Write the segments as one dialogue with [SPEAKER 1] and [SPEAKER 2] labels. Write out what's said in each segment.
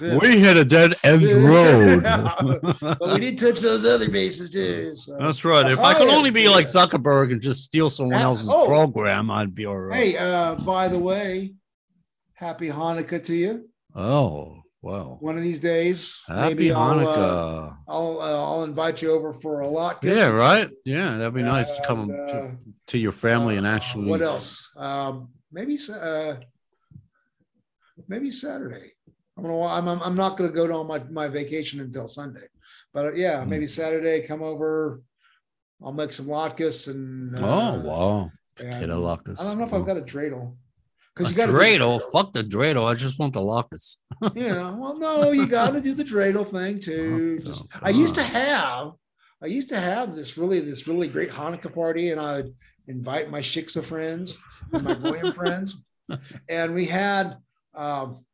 [SPEAKER 1] Yeah.
[SPEAKER 2] We hit a dead end road.
[SPEAKER 1] but we did touch those other bases too. So.
[SPEAKER 2] That's right. If I could
[SPEAKER 1] Oh,
[SPEAKER 2] only be like
[SPEAKER 1] yeah.
[SPEAKER 2] Zuckerberg and just steal someone
[SPEAKER 1] Ah,
[SPEAKER 2] else's
[SPEAKER 1] oh.
[SPEAKER 2] program, I'd be all right.
[SPEAKER 1] Hey, uh, by the way, happy Hanukkah to you.
[SPEAKER 2] Oh, wow.
[SPEAKER 1] One of these days,
[SPEAKER 2] Happy
[SPEAKER 1] I'll, uh,
[SPEAKER 2] Hanukkah.
[SPEAKER 1] I'll, uh, I'll invite you over for a lot.
[SPEAKER 2] yeah, right. Yeah, that'd be nice to
[SPEAKER 1] And,
[SPEAKER 2] come to,
[SPEAKER 1] uh,
[SPEAKER 2] to your family and
[SPEAKER 1] uh,
[SPEAKER 2] actually.
[SPEAKER 1] What else? Um, maybe s- uh, maybe Saturday. I'm gonna. wa- I'm. I'm I'm not gonna go to all my my vacation until Sunday, but uh, yeah,
[SPEAKER 2] Hmm.
[SPEAKER 1] maybe Saturday. Come over. I'll make some latkes and.
[SPEAKER 2] Oh,
[SPEAKER 1] uh,
[SPEAKER 2] wow.
[SPEAKER 1] and-
[SPEAKER 2] Potato lockers.
[SPEAKER 1] I don't know if I've got a dreidel. Because you
[SPEAKER 2] Oh. A
[SPEAKER 1] got
[SPEAKER 2] dreidel. Fuck the dreidel. I just want the lockers.
[SPEAKER 1] Yeah. Well, no, you got to do the dreidel thing too.
[SPEAKER 2] Oh,
[SPEAKER 1] Just, I used to
[SPEAKER 2] God.
[SPEAKER 1] have, I used to have this really, this really great Hanukkah party, and I'd invite my shiksa friends and my goyim friends, and we had um,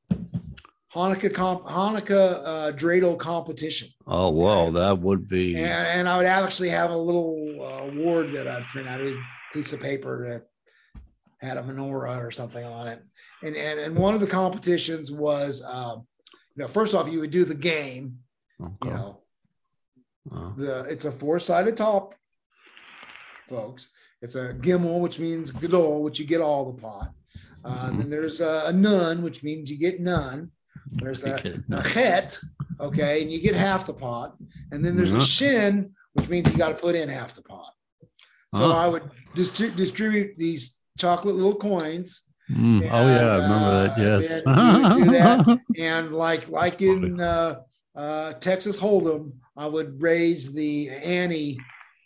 [SPEAKER 1] Hanukkah comp, Hanukkah uh, dreidel competition,
[SPEAKER 2] Oh, wow. That would be.
[SPEAKER 1] and, and I would actually have a little uh, award that I'd print out a piece of paper that had a menorah or something on it. And and, and one of the competitions was, um, you know, first off, you would do the game. You
[SPEAKER 2] Okay.
[SPEAKER 1] know,
[SPEAKER 2] Uh,
[SPEAKER 1] the it's a four sided top, folks. It's a gimel, which means gadol, which you get all the pot. Uh, and then there's a, a nun, which means you get none. There's a,
[SPEAKER 2] okay.
[SPEAKER 1] a het, okay, and you get half the pot. And then there's
[SPEAKER 2] Yeah.
[SPEAKER 1] a shin, which means you got to put in half the pot. So
[SPEAKER 2] Oh.
[SPEAKER 1] I would distri- distribute these chocolate little coins,
[SPEAKER 2] Mm, oh
[SPEAKER 1] and,
[SPEAKER 2] yeah, I remember
[SPEAKER 1] uh,
[SPEAKER 2] that. Yes.
[SPEAKER 1] then you would do that. and like like in uh, uh, Texas Hold'em, I would raise the ante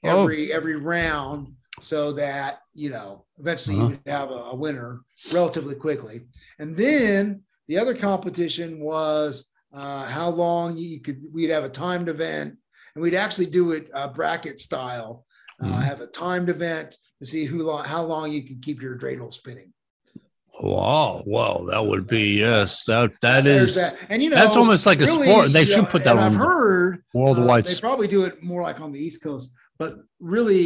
[SPEAKER 2] Oh.
[SPEAKER 1] every every round so that you know eventually you
[SPEAKER 2] Uh-huh.
[SPEAKER 1] would have a, a winner relatively quickly. And then the other competition was uh, how long you could. We'd have a timed event, and we'd actually do it uh, bracket style. Uh,
[SPEAKER 2] Mhm.
[SPEAKER 1] have a timed event to see who long, how long you can keep your dreidel spinning.
[SPEAKER 2] wow, wow, that would be yes. That that
[SPEAKER 1] There's
[SPEAKER 2] is
[SPEAKER 1] that. and you know
[SPEAKER 2] that's almost like a
[SPEAKER 1] really,
[SPEAKER 2] sport. They
[SPEAKER 1] you
[SPEAKER 2] should
[SPEAKER 1] know,
[SPEAKER 2] put that
[SPEAKER 1] and
[SPEAKER 2] on
[SPEAKER 1] I've heard
[SPEAKER 2] worldwide.
[SPEAKER 1] Uh, they probably do it more like on the East Coast, but really,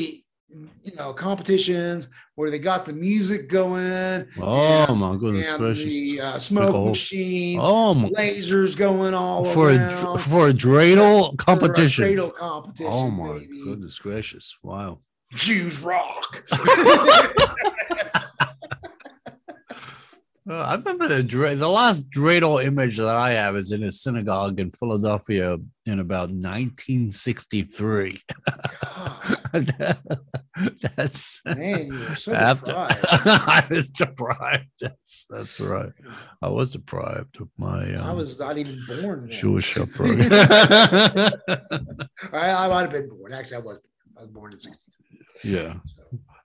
[SPEAKER 1] you know, competitions where they got the music going,
[SPEAKER 2] oh
[SPEAKER 1] and-
[SPEAKER 2] my goodness
[SPEAKER 1] and
[SPEAKER 2] gracious!
[SPEAKER 1] the uh, smoke
[SPEAKER 2] Pickle.
[SPEAKER 1] machine,
[SPEAKER 2] oh my,
[SPEAKER 1] lasers going all
[SPEAKER 2] for a
[SPEAKER 1] around.
[SPEAKER 2] dr-
[SPEAKER 1] for
[SPEAKER 2] for a dreidel competition.
[SPEAKER 1] a cradle competition.
[SPEAKER 2] oh my
[SPEAKER 1] baby.
[SPEAKER 2] goodness gracious! Wow.
[SPEAKER 1] Jews rock.
[SPEAKER 2] Uh, I remember the dre- the last dreidel image that I have is in a synagogue in Philadelphia in about 1963.
[SPEAKER 1] God,
[SPEAKER 2] that's
[SPEAKER 1] Ah, man, you were so
[SPEAKER 2] After-
[SPEAKER 1] deprived.
[SPEAKER 2] I was deprived. That's, that's right. I was deprived of my um,
[SPEAKER 1] I was not even born. then.
[SPEAKER 2] Jewish upbringing. yeah,
[SPEAKER 1] I, I might have been born. Actually, I was. I was born in '60.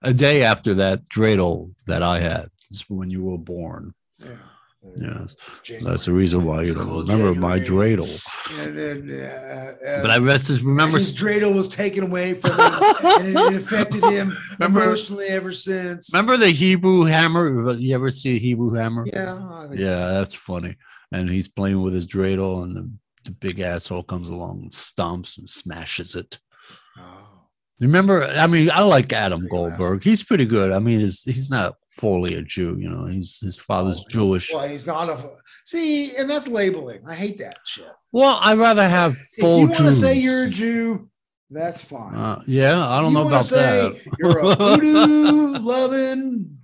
[SPEAKER 2] a day after that dreidel that I had is when you were born.
[SPEAKER 1] Yeah.
[SPEAKER 2] Yes,
[SPEAKER 1] January.
[SPEAKER 2] that's the reason why you
[SPEAKER 1] Cool
[SPEAKER 2] don't remember my
[SPEAKER 1] January.
[SPEAKER 2] dreidel.
[SPEAKER 1] And then, uh, uh,
[SPEAKER 2] But I rest is
[SPEAKER 1] remember
[SPEAKER 2] remember.
[SPEAKER 1] his dreidel was taken away from him, and it, it affected him
[SPEAKER 2] Remember-
[SPEAKER 1] emotionally ever since.
[SPEAKER 2] Remember the Hebrew hammer? You ever see a Hebrew hammer?
[SPEAKER 1] Yeah. I think
[SPEAKER 2] Yeah, that's funny. And he's playing with his dreidel, and the, the big asshole comes along and stomps and smashes it.
[SPEAKER 1] so. Oh.
[SPEAKER 2] Remember, I mean, I like Adam
[SPEAKER 1] Pretty
[SPEAKER 2] Goldberg. He's pretty good. I mean, he's he's not fully a Jew, you know. He's his father's
[SPEAKER 1] Oh, yeah.
[SPEAKER 2] Jewish.
[SPEAKER 1] Well, he's not a see, and that's labeling. I hate that shit.
[SPEAKER 2] Well, I'd rather have
[SPEAKER 1] if you
[SPEAKER 2] full
[SPEAKER 1] want to
[SPEAKER 2] Jews.
[SPEAKER 1] say you're a Jew, that's fine.
[SPEAKER 2] uh, yeah, I
[SPEAKER 1] You
[SPEAKER 2] don't know
[SPEAKER 1] wanna
[SPEAKER 2] about that.
[SPEAKER 1] say You're a voodoo loving.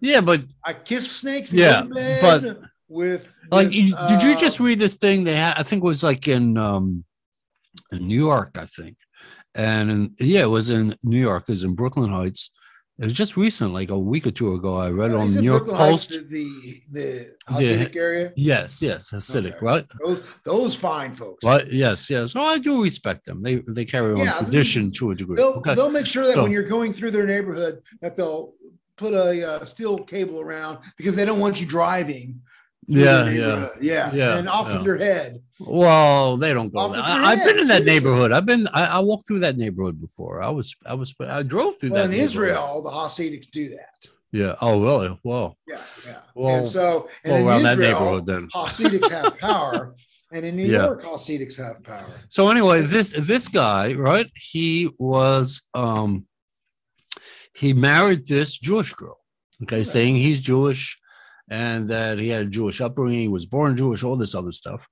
[SPEAKER 2] Yeah, but
[SPEAKER 1] I kiss snakes.
[SPEAKER 2] Yeah,
[SPEAKER 1] in bed
[SPEAKER 2] but-
[SPEAKER 1] with
[SPEAKER 2] like,
[SPEAKER 1] with,
[SPEAKER 2] you, did you
[SPEAKER 1] uh,
[SPEAKER 2] just read this thing? They had, I think, it was like in um, in New York, I think, and in, yeah, it was in New York. It was in Brooklyn Heights. It was just recent, like a week or two ago. I read
[SPEAKER 1] Well,
[SPEAKER 2] on
[SPEAKER 1] Oh, he's
[SPEAKER 2] the
[SPEAKER 1] in
[SPEAKER 2] New York
[SPEAKER 1] Brooklyn Heights,
[SPEAKER 2] Post.
[SPEAKER 1] the the, the Hasidic area.
[SPEAKER 2] Yes, yes, Hasidic,
[SPEAKER 1] Okay.
[SPEAKER 2] right?
[SPEAKER 1] Those those fine folks.
[SPEAKER 2] But yes, yes. Oh, I do respect them. They they carry on
[SPEAKER 1] Yeah,
[SPEAKER 2] tradition to a degree.
[SPEAKER 1] They'll,
[SPEAKER 2] Okay.
[SPEAKER 1] they'll make sure that
[SPEAKER 2] So-
[SPEAKER 1] when you're going through their neighborhood, that they'll put a uh, steel cable around because they don't want you driving. through
[SPEAKER 2] yeah,
[SPEAKER 1] their
[SPEAKER 2] yeah.
[SPEAKER 1] neighborhood. yeah,
[SPEAKER 2] Yeah,
[SPEAKER 1] and off
[SPEAKER 2] yeah.
[SPEAKER 1] with your head.
[SPEAKER 2] Well, they don't go.
[SPEAKER 1] Off
[SPEAKER 2] There.
[SPEAKER 1] with your
[SPEAKER 2] I, I've been
[SPEAKER 1] head,
[SPEAKER 2] in that
[SPEAKER 1] seriously.
[SPEAKER 2] neighborhood. I've been. I, I walked through that neighborhood before. I was. I was. I drove through
[SPEAKER 1] Well,
[SPEAKER 2] that
[SPEAKER 1] in
[SPEAKER 2] neighborhood.
[SPEAKER 1] Israel, the Hasidics do that.
[SPEAKER 2] Yeah. Oh, really? Whoa.
[SPEAKER 1] Yeah, yeah.
[SPEAKER 2] Well,
[SPEAKER 1] and so and
[SPEAKER 2] Well,
[SPEAKER 1] in
[SPEAKER 2] around that
[SPEAKER 1] Israel,
[SPEAKER 2] neighborhood then.
[SPEAKER 1] Hasidics have power, and in New
[SPEAKER 2] Yeah.
[SPEAKER 1] York, Hasidics have power.
[SPEAKER 2] So anyway, this this guy, right? He was. um He married this Jewish girl. Okay,
[SPEAKER 1] Okay.
[SPEAKER 2] saying he's Jewish, and that he had a Jewish upbringing, he was born Jewish, all this other stuff.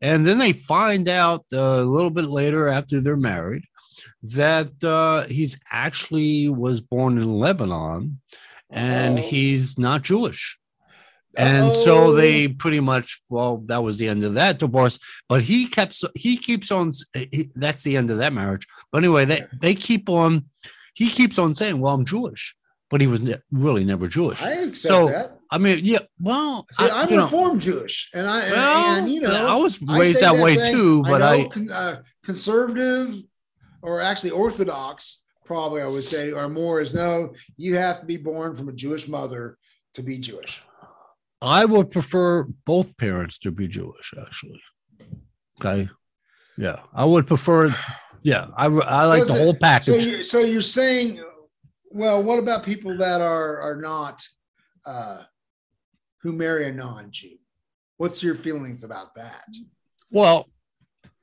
[SPEAKER 2] And then they find out uh, a little bit later after they're married that uh, he's actually was born in Lebanon and
[SPEAKER 1] Oh.
[SPEAKER 2] he's not Jewish. And so they pretty much well that was the end of that divorce. But he kept he keeps on eh, he, that's the end of that marriage. But anyway, they they keep on he keeps on saying, "Well, I'm Jewish," but he was ne- really never Jewish. I,
[SPEAKER 1] I accept
[SPEAKER 2] So,
[SPEAKER 1] that.
[SPEAKER 2] mean, yeah, well,
[SPEAKER 1] See, I, am
[SPEAKER 2] you know,
[SPEAKER 1] Reformed Jewish, and I and-
[SPEAKER 2] well,
[SPEAKER 1] and, you
[SPEAKER 2] I
[SPEAKER 1] know
[SPEAKER 2] was
[SPEAKER 1] I
[SPEAKER 2] raised
[SPEAKER 1] say
[SPEAKER 2] that way
[SPEAKER 1] thing,
[SPEAKER 2] too, but
[SPEAKER 1] know
[SPEAKER 2] I,
[SPEAKER 1] con- uh, conservative or actually Orthodox probably I would say or more is no. You have to be born from a Jewish mother to be Jewish.
[SPEAKER 2] I would prefer both parents to be Jewish, actually. Okay. Yeah. I would prefer. Yeah. I, I like the
[SPEAKER 1] Listen,
[SPEAKER 2] whole
[SPEAKER 1] So
[SPEAKER 2] package.
[SPEAKER 1] you so you're saying, well, what about people that are are not uh, who marry a non-Jew? What's your feelings about that?
[SPEAKER 2] well,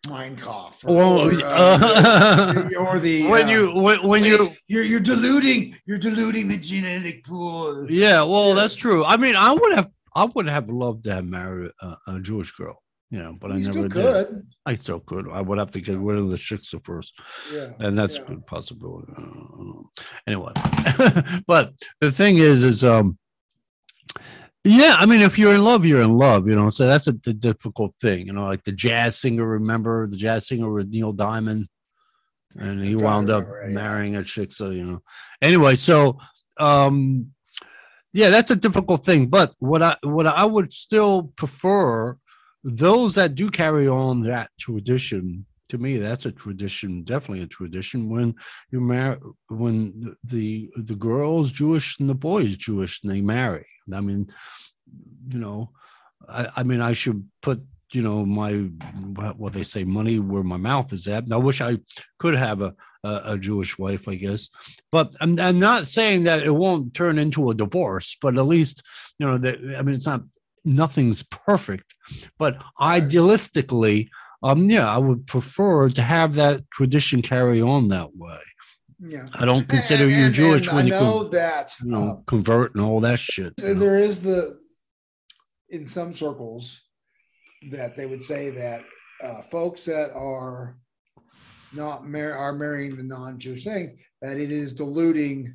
[SPEAKER 1] Mein Kampf. Or,
[SPEAKER 2] well
[SPEAKER 1] or, uh,
[SPEAKER 2] uh,
[SPEAKER 1] or the
[SPEAKER 2] when
[SPEAKER 1] uh,
[SPEAKER 2] you, when, when you,
[SPEAKER 1] you're you're diluting you're diluting the genetic pool.
[SPEAKER 2] yeah, well,
[SPEAKER 1] Yeah.
[SPEAKER 2] that's true. I mean, I would have, I would have loved to have married a, a Jewish girl, you know, but I
[SPEAKER 1] you
[SPEAKER 2] never
[SPEAKER 1] still
[SPEAKER 2] did.
[SPEAKER 1] could.
[SPEAKER 2] I still could. I would have to get rid of the shiksa first.
[SPEAKER 1] Yeah.
[SPEAKER 2] and that's
[SPEAKER 1] Yeah.
[SPEAKER 2] a good possibility. I don't know. Anyway, but the thing is, is um, yeah, I mean, if you're in love, you're in love, you know. So that's a, the difficult thing, you know. Like the jazz singer, remember the jazz singer with Neil Diamond, and he
[SPEAKER 1] Right,
[SPEAKER 2] wound
[SPEAKER 1] right,
[SPEAKER 2] up
[SPEAKER 1] right, yeah.
[SPEAKER 2] marrying a chick. So you know. Anyway, so um, yeah, that's a difficult thing. But what I what I would still prefer those that do carry on that tradition to me that's a tradition definitely a tradition when you marry when the the girl is jewish and the boy is jewish and they marry i mean you know i, I mean i should put you know my what what they say money where my mouth is at and i wish i could have a a, a jewish wife i guess but I'm, I'm not saying that it won't turn into a divorce but at least you know that i mean it's not nothing's perfect but
[SPEAKER 1] Right.
[SPEAKER 2] idealistically um yeah i would prefer to have that tradition carry on that way
[SPEAKER 1] Yeah.
[SPEAKER 2] i don't consider you
[SPEAKER 1] And-
[SPEAKER 2] jewish
[SPEAKER 1] and
[SPEAKER 2] when you,
[SPEAKER 1] I
[SPEAKER 2] con-
[SPEAKER 1] know that
[SPEAKER 2] you
[SPEAKER 1] uh,
[SPEAKER 2] know, convert and all that shit you know.
[SPEAKER 1] there is the in some circles that they would say that uh, folks that are not mar- are marrying the non-jewish thing that it is diluting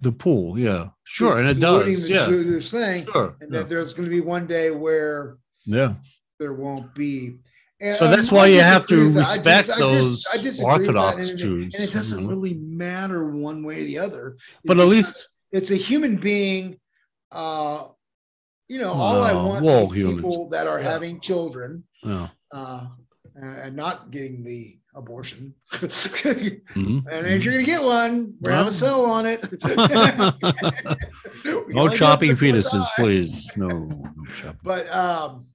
[SPEAKER 2] the pool yeah sure
[SPEAKER 1] it's
[SPEAKER 2] and it
[SPEAKER 1] diluting
[SPEAKER 2] does
[SPEAKER 1] the
[SPEAKER 2] yeah
[SPEAKER 1] jewish thing
[SPEAKER 2] sure
[SPEAKER 1] and
[SPEAKER 2] yeah.
[SPEAKER 1] that there's going to be one day where
[SPEAKER 2] yeah
[SPEAKER 1] there won't be and
[SPEAKER 2] So
[SPEAKER 1] I-
[SPEAKER 2] that's
[SPEAKER 1] I
[SPEAKER 2] why you have
[SPEAKER 1] disagree
[SPEAKER 2] to
[SPEAKER 1] with that. I
[SPEAKER 2] respect
[SPEAKER 1] dis- I dis-
[SPEAKER 2] those
[SPEAKER 1] I disagree with that,
[SPEAKER 2] Orthodox
[SPEAKER 1] and it-
[SPEAKER 2] Jews,
[SPEAKER 1] and it
[SPEAKER 2] you
[SPEAKER 1] doesn't
[SPEAKER 2] know.
[SPEAKER 1] really matter one way or the other
[SPEAKER 2] but at
[SPEAKER 1] It's-
[SPEAKER 2] least
[SPEAKER 1] it's a human being. Uh, you know, all I
[SPEAKER 2] No,
[SPEAKER 1] want
[SPEAKER 2] we're all
[SPEAKER 1] is
[SPEAKER 2] humans.
[SPEAKER 1] people that are
[SPEAKER 2] Yeah.
[SPEAKER 1] having children
[SPEAKER 2] yeah.
[SPEAKER 1] uh, and not getting the abortion. and
[SPEAKER 2] Mhm.
[SPEAKER 1] if you're gonna get one, we're gonna have a
[SPEAKER 2] Well.
[SPEAKER 1] settle on it. We
[SPEAKER 2] no
[SPEAKER 1] only
[SPEAKER 2] chopping
[SPEAKER 1] get it one
[SPEAKER 2] fetuses
[SPEAKER 1] time.
[SPEAKER 2] please no, no chopping.
[SPEAKER 1] But um,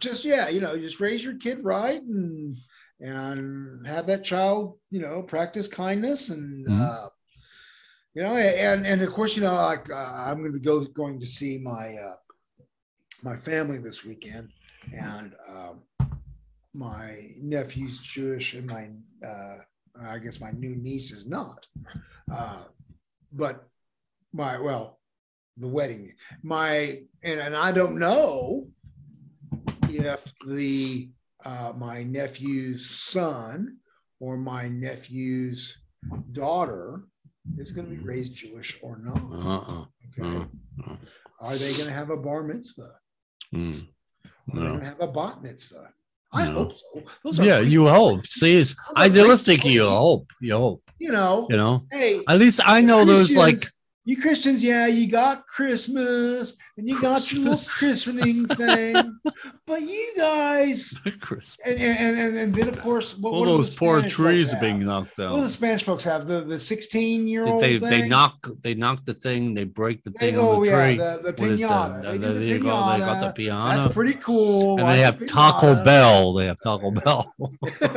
[SPEAKER 1] just yeah, you know, just raise your kid right and and have that child, you know, practice kindness and
[SPEAKER 2] Mhm.
[SPEAKER 1] uh, you know, and and of course, you know, like uh, I'm going to go going to see my uh, my family this weekend, and um, my nephew's Jewish, and my uh, I guess my new niece is not, uh, but my well, the wedding, my and and I don't know if the uh, my nephew's son or my nephew's daughter is going to be raised Jewish or not.
[SPEAKER 2] Uh-uh.
[SPEAKER 1] Okay.
[SPEAKER 2] Uh, uh.
[SPEAKER 1] Are they going to have a bar mitzvah?
[SPEAKER 2] Mm.
[SPEAKER 1] Are they
[SPEAKER 2] No.
[SPEAKER 1] going to have a bat mitzvah? I
[SPEAKER 2] No.
[SPEAKER 1] hope so. Those are
[SPEAKER 2] yeah
[SPEAKER 1] great-
[SPEAKER 2] you hope see it's
[SPEAKER 1] those are great
[SPEAKER 2] idealistic you
[SPEAKER 1] things,
[SPEAKER 2] hope you hope
[SPEAKER 1] You know,
[SPEAKER 2] you know
[SPEAKER 1] hey,
[SPEAKER 2] at least i know those like
[SPEAKER 1] Christians, you Christians, yeah, you got Christmas and you got your little
[SPEAKER 2] Christmas.
[SPEAKER 1] christening thing, but you guys,
[SPEAKER 2] Chris,
[SPEAKER 1] and and, and, and then of course, what,
[SPEAKER 2] all
[SPEAKER 1] what do
[SPEAKER 2] those
[SPEAKER 1] the
[SPEAKER 2] poor
[SPEAKER 1] Spanish
[SPEAKER 2] trees
[SPEAKER 1] folks
[SPEAKER 2] are being
[SPEAKER 1] have?
[SPEAKER 2] knocked
[SPEAKER 1] What do
[SPEAKER 2] down.
[SPEAKER 1] the Spanish folks have the the sixteen year old.
[SPEAKER 2] They they
[SPEAKER 1] thing?
[SPEAKER 2] knock they knock the thing, they break the
[SPEAKER 1] They-
[SPEAKER 2] thing
[SPEAKER 1] oh
[SPEAKER 2] on the
[SPEAKER 1] yeah,
[SPEAKER 2] tree.
[SPEAKER 1] the, the
[SPEAKER 2] What is
[SPEAKER 1] pinata.
[SPEAKER 2] the-
[SPEAKER 1] they,
[SPEAKER 2] the-
[SPEAKER 1] do the
[SPEAKER 2] there you go,
[SPEAKER 1] pinata.
[SPEAKER 2] They got the
[SPEAKER 1] That's
[SPEAKER 2] piano,
[SPEAKER 1] pretty cool.
[SPEAKER 2] and
[SPEAKER 1] Watch
[SPEAKER 2] they
[SPEAKER 1] the
[SPEAKER 2] have Taco
[SPEAKER 1] pinata.
[SPEAKER 2] Bell. They have Taco Bell.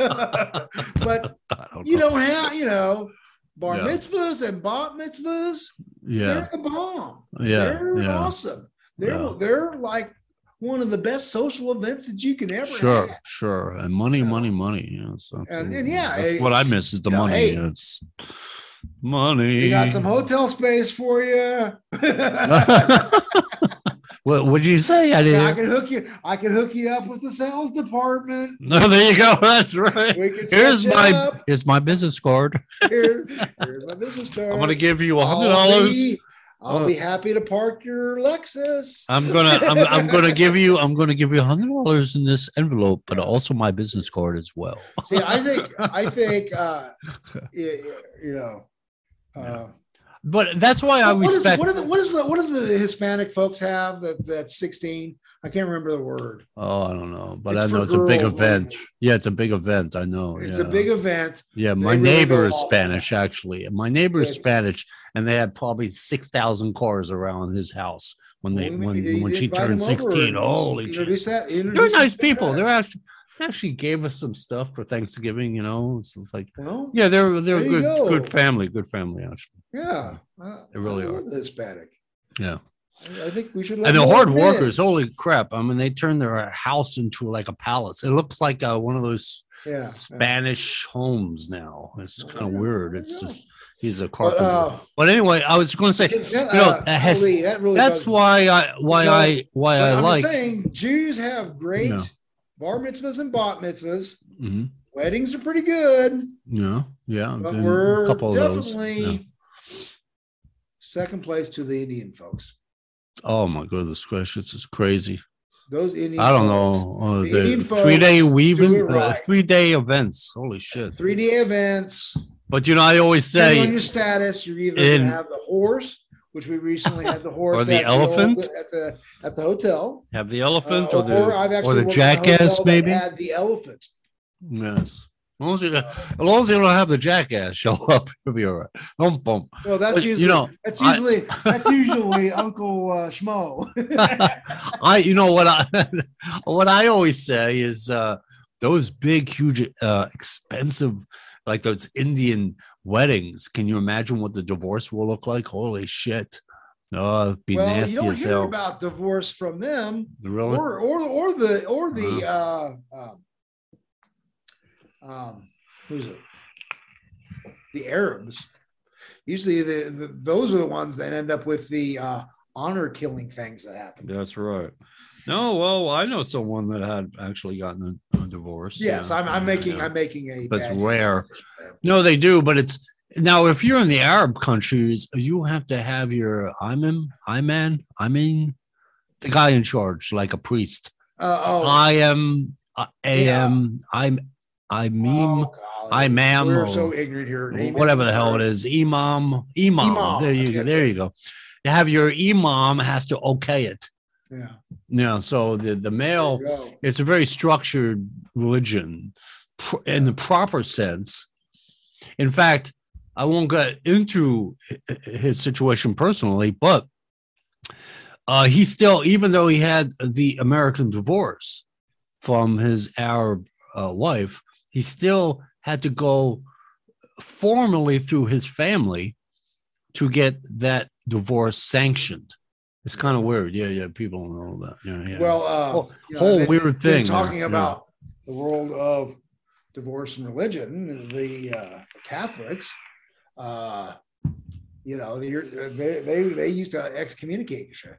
[SPEAKER 1] but
[SPEAKER 2] I don't
[SPEAKER 1] you
[SPEAKER 2] know.
[SPEAKER 1] don't have, you know, bar
[SPEAKER 2] Yeah.
[SPEAKER 1] mitzvahs and bat mitzvahs.
[SPEAKER 2] Yeah,
[SPEAKER 1] They're the bomb.
[SPEAKER 2] yeah,
[SPEAKER 1] They're
[SPEAKER 2] yeah.
[SPEAKER 1] awesome. They're
[SPEAKER 2] Yeah.
[SPEAKER 1] they're like one of the best social events that you can ever
[SPEAKER 2] Sure,
[SPEAKER 1] have.
[SPEAKER 2] sure. And money,
[SPEAKER 1] Yeah.
[SPEAKER 2] money, money. Yeah, so
[SPEAKER 1] And- and yeah,
[SPEAKER 2] that's
[SPEAKER 1] it-
[SPEAKER 2] what I miss is the
[SPEAKER 1] you know,
[SPEAKER 2] money.
[SPEAKER 1] hey,
[SPEAKER 2] yeah, it's money.
[SPEAKER 1] We got some hotel space for you.
[SPEAKER 2] what would you say? I
[SPEAKER 1] I
[SPEAKER 2] didn't.
[SPEAKER 1] can hook you. I can hook you up with the sales department.
[SPEAKER 2] No, there you go. That's right.
[SPEAKER 1] We can set
[SPEAKER 2] Here's
[SPEAKER 1] you
[SPEAKER 2] my
[SPEAKER 1] up.
[SPEAKER 2] here's my business card.
[SPEAKER 1] Here- here's my business card.
[SPEAKER 2] I'm gonna give you a
[SPEAKER 1] I'll
[SPEAKER 2] hundred dollars. Uh,
[SPEAKER 1] be- I'll be happy to park your Lexus.
[SPEAKER 2] I'm gonna I'm, I'm gonna give you I'm gonna give you a hundred dollars in this envelope, but also my business card as well.
[SPEAKER 1] See, I think I think uh, you, you know. Uh,
[SPEAKER 2] But that's why I
[SPEAKER 1] what- what is-
[SPEAKER 2] respect.
[SPEAKER 1] what, are the, what is the what do the Hispanic folks have that that's 16? I can't remember the word.
[SPEAKER 2] oh, I don't know, but
[SPEAKER 1] It's
[SPEAKER 2] I
[SPEAKER 1] for
[SPEAKER 2] know it's a big
[SPEAKER 1] girls
[SPEAKER 2] event.
[SPEAKER 1] only.
[SPEAKER 2] Yeah, it's a big event. I know.
[SPEAKER 1] It's
[SPEAKER 2] yeah.
[SPEAKER 1] a big event.
[SPEAKER 2] Yeah,
[SPEAKER 1] They
[SPEAKER 2] my
[SPEAKER 1] really
[SPEAKER 2] neighbor
[SPEAKER 1] go
[SPEAKER 2] is
[SPEAKER 1] all out.
[SPEAKER 2] Spanish, actually. My neighbor is
[SPEAKER 1] Yes.
[SPEAKER 2] Spanish, and they had probably six thousand cars around his house when they
[SPEAKER 1] Well, we-
[SPEAKER 2] when
[SPEAKER 1] you
[SPEAKER 2] when she
[SPEAKER 1] invite
[SPEAKER 2] turned
[SPEAKER 1] them over
[SPEAKER 2] sixteen.
[SPEAKER 1] and
[SPEAKER 2] Holy shit!
[SPEAKER 1] introduce that.
[SPEAKER 2] They're
[SPEAKER 1] introduce
[SPEAKER 2] nice
[SPEAKER 1] them to
[SPEAKER 2] people.
[SPEAKER 1] that.
[SPEAKER 2] They're actually they actually gave us some stuff for Thanksgiving. You know, so it's like
[SPEAKER 1] Well,
[SPEAKER 2] yeah, they're they're
[SPEAKER 1] There
[SPEAKER 2] a
[SPEAKER 1] you
[SPEAKER 2] good good
[SPEAKER 1] go.
[SPEAKER 2] family, good family actually.
[SPEAKER 1] yeah, Uh,
[SPEAKER 2] They really
[SPEAKER 1] I
[SPEAKER 2] are.
[SPEAKER 1] love the Hispanic.
[SPEAKER 2] Yeah,
[SPEAKER 1] I I think we should. let
[SPEAKER 2] and they're
[SPEAKER 1] them
[SPEAKER 2] hard
[SPEAKER 1] know it.
[SPEAKER 2] workers. Holy crap! I mean, they turned their house into like a palace. It looks like uh, one of those
[SPEAKER 1] Yeah. Oh, yeah.
[SPEAKER 2] Spanish homes now. It's
[SPEAKER 1] Well,
[SPEAKER 2] kind
[SPEAKER 1] there you
[SPEAKER 2] of
[SPEAKER 1] go,
[SPEAKER 2] weird.
[SPEAKER 1] there you
[SPEAKER 2] It's
[SPEAKER 1] go.
[SPEAKER 2] just he's a
[SPEAKER 1] But,
[SPEAKER 2] carpenter.
[SPEAKER 1] uh,
[SPEAKER 2] But anyway, I was going to say
[SPEAKER 1] that-
[SPEAKER 2] you know,
[SPEAKER 1] uh,
[SPEAKER 2] that has-
[SPEAKER 1] really- that really
[SPEAKER 2] that's
[SPEAKER 1] bugs me.
[SPEAKER 2] why I why
[SPEAKER 1] You know,
[SPEAKER 2] I why
[SPEAKER 1] But
[SPEAKER 2] I
[SPEAKER 1] I'm
[SPEAKER 2] like
[SPEAKER 1] saying Jews have great
[SPEAKER 2] No.
[SPEAKER 1] bar mitzvahs and bat mitzvahs.
[SPEAKER 2] Mhm.
[SPEAKER 1] Weddings are pretty good,
[SPEAKER 2] yeah yeah I've
[SPEAKER 1] but
[SPEAKER 2] been
[SPEAKER 1] we're
[SPEAKER 2] a couple of those
[SPEAKER 1] definitely
[SPEAKER 2] Yeah.
[SPEAKER 1] second place to the Indian folks.
[SPEAKER 2] oh my goodness gracious it's crazy
[SPEAKER 1] Those Indian.
[SPEAKER 2] I don't
[SPEAKER 1] folks.
[SPEAKER 2] know uh,
[SPEAKER 1] The
[SPEAKER 2] the
[SPEAKER 1] Indian folks
[SPEAKER 2] three day weaving
[SPEAKER 1] it
[SPEAKER 2] uh,
[SPEAKER 1] right.
[SPEAKER 2] three day events holy shit
[SPEAKER 1] 3D events.
[SPEAKER 2] but you know I always
[SPEAKER 1] Depending
[SPEAKER 2] say
[SPEAKER 1] on your status, you're either
[SPEAKER 2] in-
[SPEAKER 1] going to have the horse, which we recently had the horse,
[SPEAKER 2] Or the
[SPEAKER 1] at old-
[SPEAKER 2] elephant?
[SPEAKER 1] at the at the hotel,
[SPEAKER 2] have the
[SPEAKER 1] Uh,
[SPEAKER 2] elephant or the or the
[SPEAKER 1] worked at a hotel
[SPEAKER 2] jackass
[SPEAKER 1] that
[SPEAKER 2] maybe
[SPEAKER 1] had the elephant.
[SPEAKER 2] yes. As long as, you, as long as you don't have the jackass show up, you'll be all right. Don't bump.
[SPEAKER 1] Well, that's
[SPEAKER 2] But,
[SPEAKER 1] usually
[SPEAKER 2] you know,
[SPEAKER 1] that's
[SPEAKER 2] I-
[SPEAKER 1] usually that's usually Uncle uh, Schmo.
[SPEAKER 2] I, you know what I, what I always say is uh, those big, huge, uh, expensive, like those Indian weddings. Can you imagine what the divorce will look like? Holy shit! Oh, it'd be
[SPEAKER 1] well,
[SPEAKER 2] nasty
[SPEAKER 1] you don't
[SPEAKER 2] as
[SPEAKER 1] hear
[SPEAKER 2] hell.
[SPEAKER 1] about divorce from them,
[SPEAKER 2] really?
[SPEAKER 1] or or or the or the
[SPEAKER 2] Uh-huh.
[SPEAKER 1] uh, um, um, who's it? The Arabs. Usually, the, the those are the ones that end up with the uh, honor killing things that happen.
[SPEAKER 2] That's right. No, well, I know someone that had actually gotten a, a divorce.
[SPEAKER 1] Yes,
[SPEAKER 2] Yeah.
[SPEAKER 1] I'm, I'm making
[SPEAKER 2] Yeah.
[SPEAKER 1] I'm making a
[SPEAKER 2] That's
[SPEAKER 1] bad-
[SPEAKER 2] rare. No, they do, but it's now if you're in the Arab countries, you have to have your imam, iman, I mean, the guy in charge, like a priest.
[SPEAKER 1] Uh, oh,
[SPEAKER 2] I am, I
[SPEAKER 1] Yeah.
[SPEAKER 2] am, I'm, I mean,
[SPEAKER 1] oh, golly.
[SPEAKER 2] imam
[SPEAKER 1] We're
[SPEAKER 2] or
[SPEAKER 1] so ignorant here.
[SPEAKER 2] whatever the hell it is, imam, imam.
[SPEAKER 1] Imam,
[SPEAKER 2] There you go.
[SPEAKER 1] that's
[SPEAKER 2] There
[SPEAKER 1] it.
[SPEAKER 2] you go. You have your imam has to okay it.
[SPEAKER 1] Yeah.
[SPEAKER 2] Yeah. So the the
[SPEAKER 1] there
[SPEAKER 2] male
[SPEAKER 1] you go.
[SPEAKER 2] it's a very structured religion pr- in the proper sense. In fact, I won't get into hi- hi- his situation personally, but uh, he still, even though he had the American divorce from his Arab uh, wife, he still had to go formally through his family to get that divorce sanctioned. It's kind of weird. Yeah, yeah. People don't know that. Yeah, yeah.
[SPEAKER 1] Well, uh,
[SPEAKER 2] Whole-
[SPEAKER 1] you
[SPEAKER 2] Oh, whole
[SPEAKER 1] they've
[SPEAKER 2] weird
[SPEAKER 1] been
[SPEAKER 2] thing there,
[SPEAKER 1] Talking
[SPEAKER 2] yeah.
[SPEAKER 1] about the world of divorce and religion, the uh, Catholics, uh, you know, they, they they they used to excommunicate you.